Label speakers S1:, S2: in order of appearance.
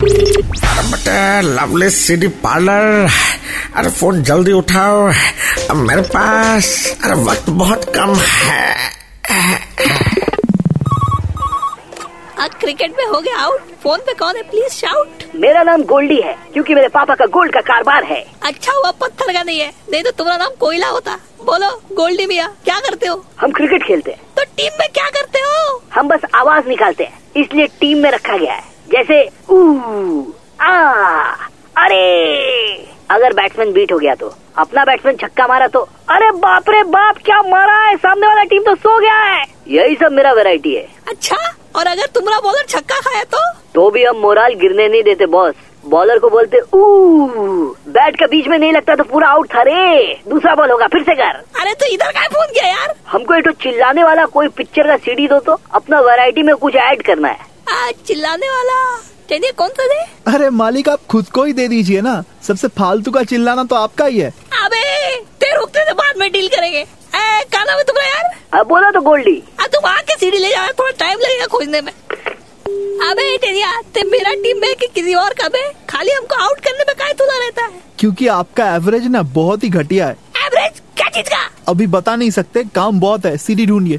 S1: अरे बटे lovely city parlour अरे फोन जल्दी उठाओ अब मेरे पास अरे वक्त बहुत कम है
S2: आज क्रिकेट में हो गया आउट फोन पे कौन है प्लीज शाउट
S3: मेरा नाम गोल्डी है क्योंकि मेरे पापा का गोल्ड का कारोबार है
S2: अच्छा हुआ पत्थर का नहीं है नहीं तो तुम्हारा नाम कोयला होता बोलो गोल्डी मिया क्या करते हो
S3: हम क्रिकेट खेलते हैं
S2: तो टीम में क्या करते हो
S3: हम बस आवाज निकालते हैं इसलिए टीम में रखा गया है जैसे ऊ आ अरे अगर बैट्समैन बीट हो गया तो अपना बैट्समैन छक्का मारा तो अरे बाप रे बाप क्या मारा है सामने वाला टीम तो सो गया है यही सब मेरा वैरायटी है
S2: अच्छा और अगर तुम्हारा बॉलर छक्का खाया तो
S3: तो भी हम मोराल गिरने नहीं देते बॉस बॉलर को बोलते ऊ बैट का बीच में नहीं लगता तो पूरा आउट था रे दूसरा बॉल होगा फिर से कर
S2: अरे तो इधर का फोन किया यार
S3: हमको एक तो चिल्लाने वाला कोई पिक्चर का सीडी दो तो अपना वैरायटी में कुछ ऐड करना है
S2: आज चिल्लाने वाला चलिए कौन सा दे
S4: अरे मालिक आप खुद को ही दे दीजिए ना सबसे फालतू का चिल्लाना तो आपका ही है
S2: अबे तेरे रुकते से बाद में डील करेंगे ए, क्या नाम है तुम्हारा यार
S3: अब बोला तो गोल्डी
S2: आ, तुम आके सीढ़ी ले जाओ थोड़ा टाइम लगेगा खोजने में अबे टेरिया ते मेरा टीम में कि किसी और का बे खाली हमको आउट करने में काय तुला रहता है
S4: क्योंकि आपका एवरेज ना बहुत ही घटिया है
S2: एवरेज क्या चीज का
S4: अभी बता नहीं सकते काम बहुत है सीढ़ी ढूंढिए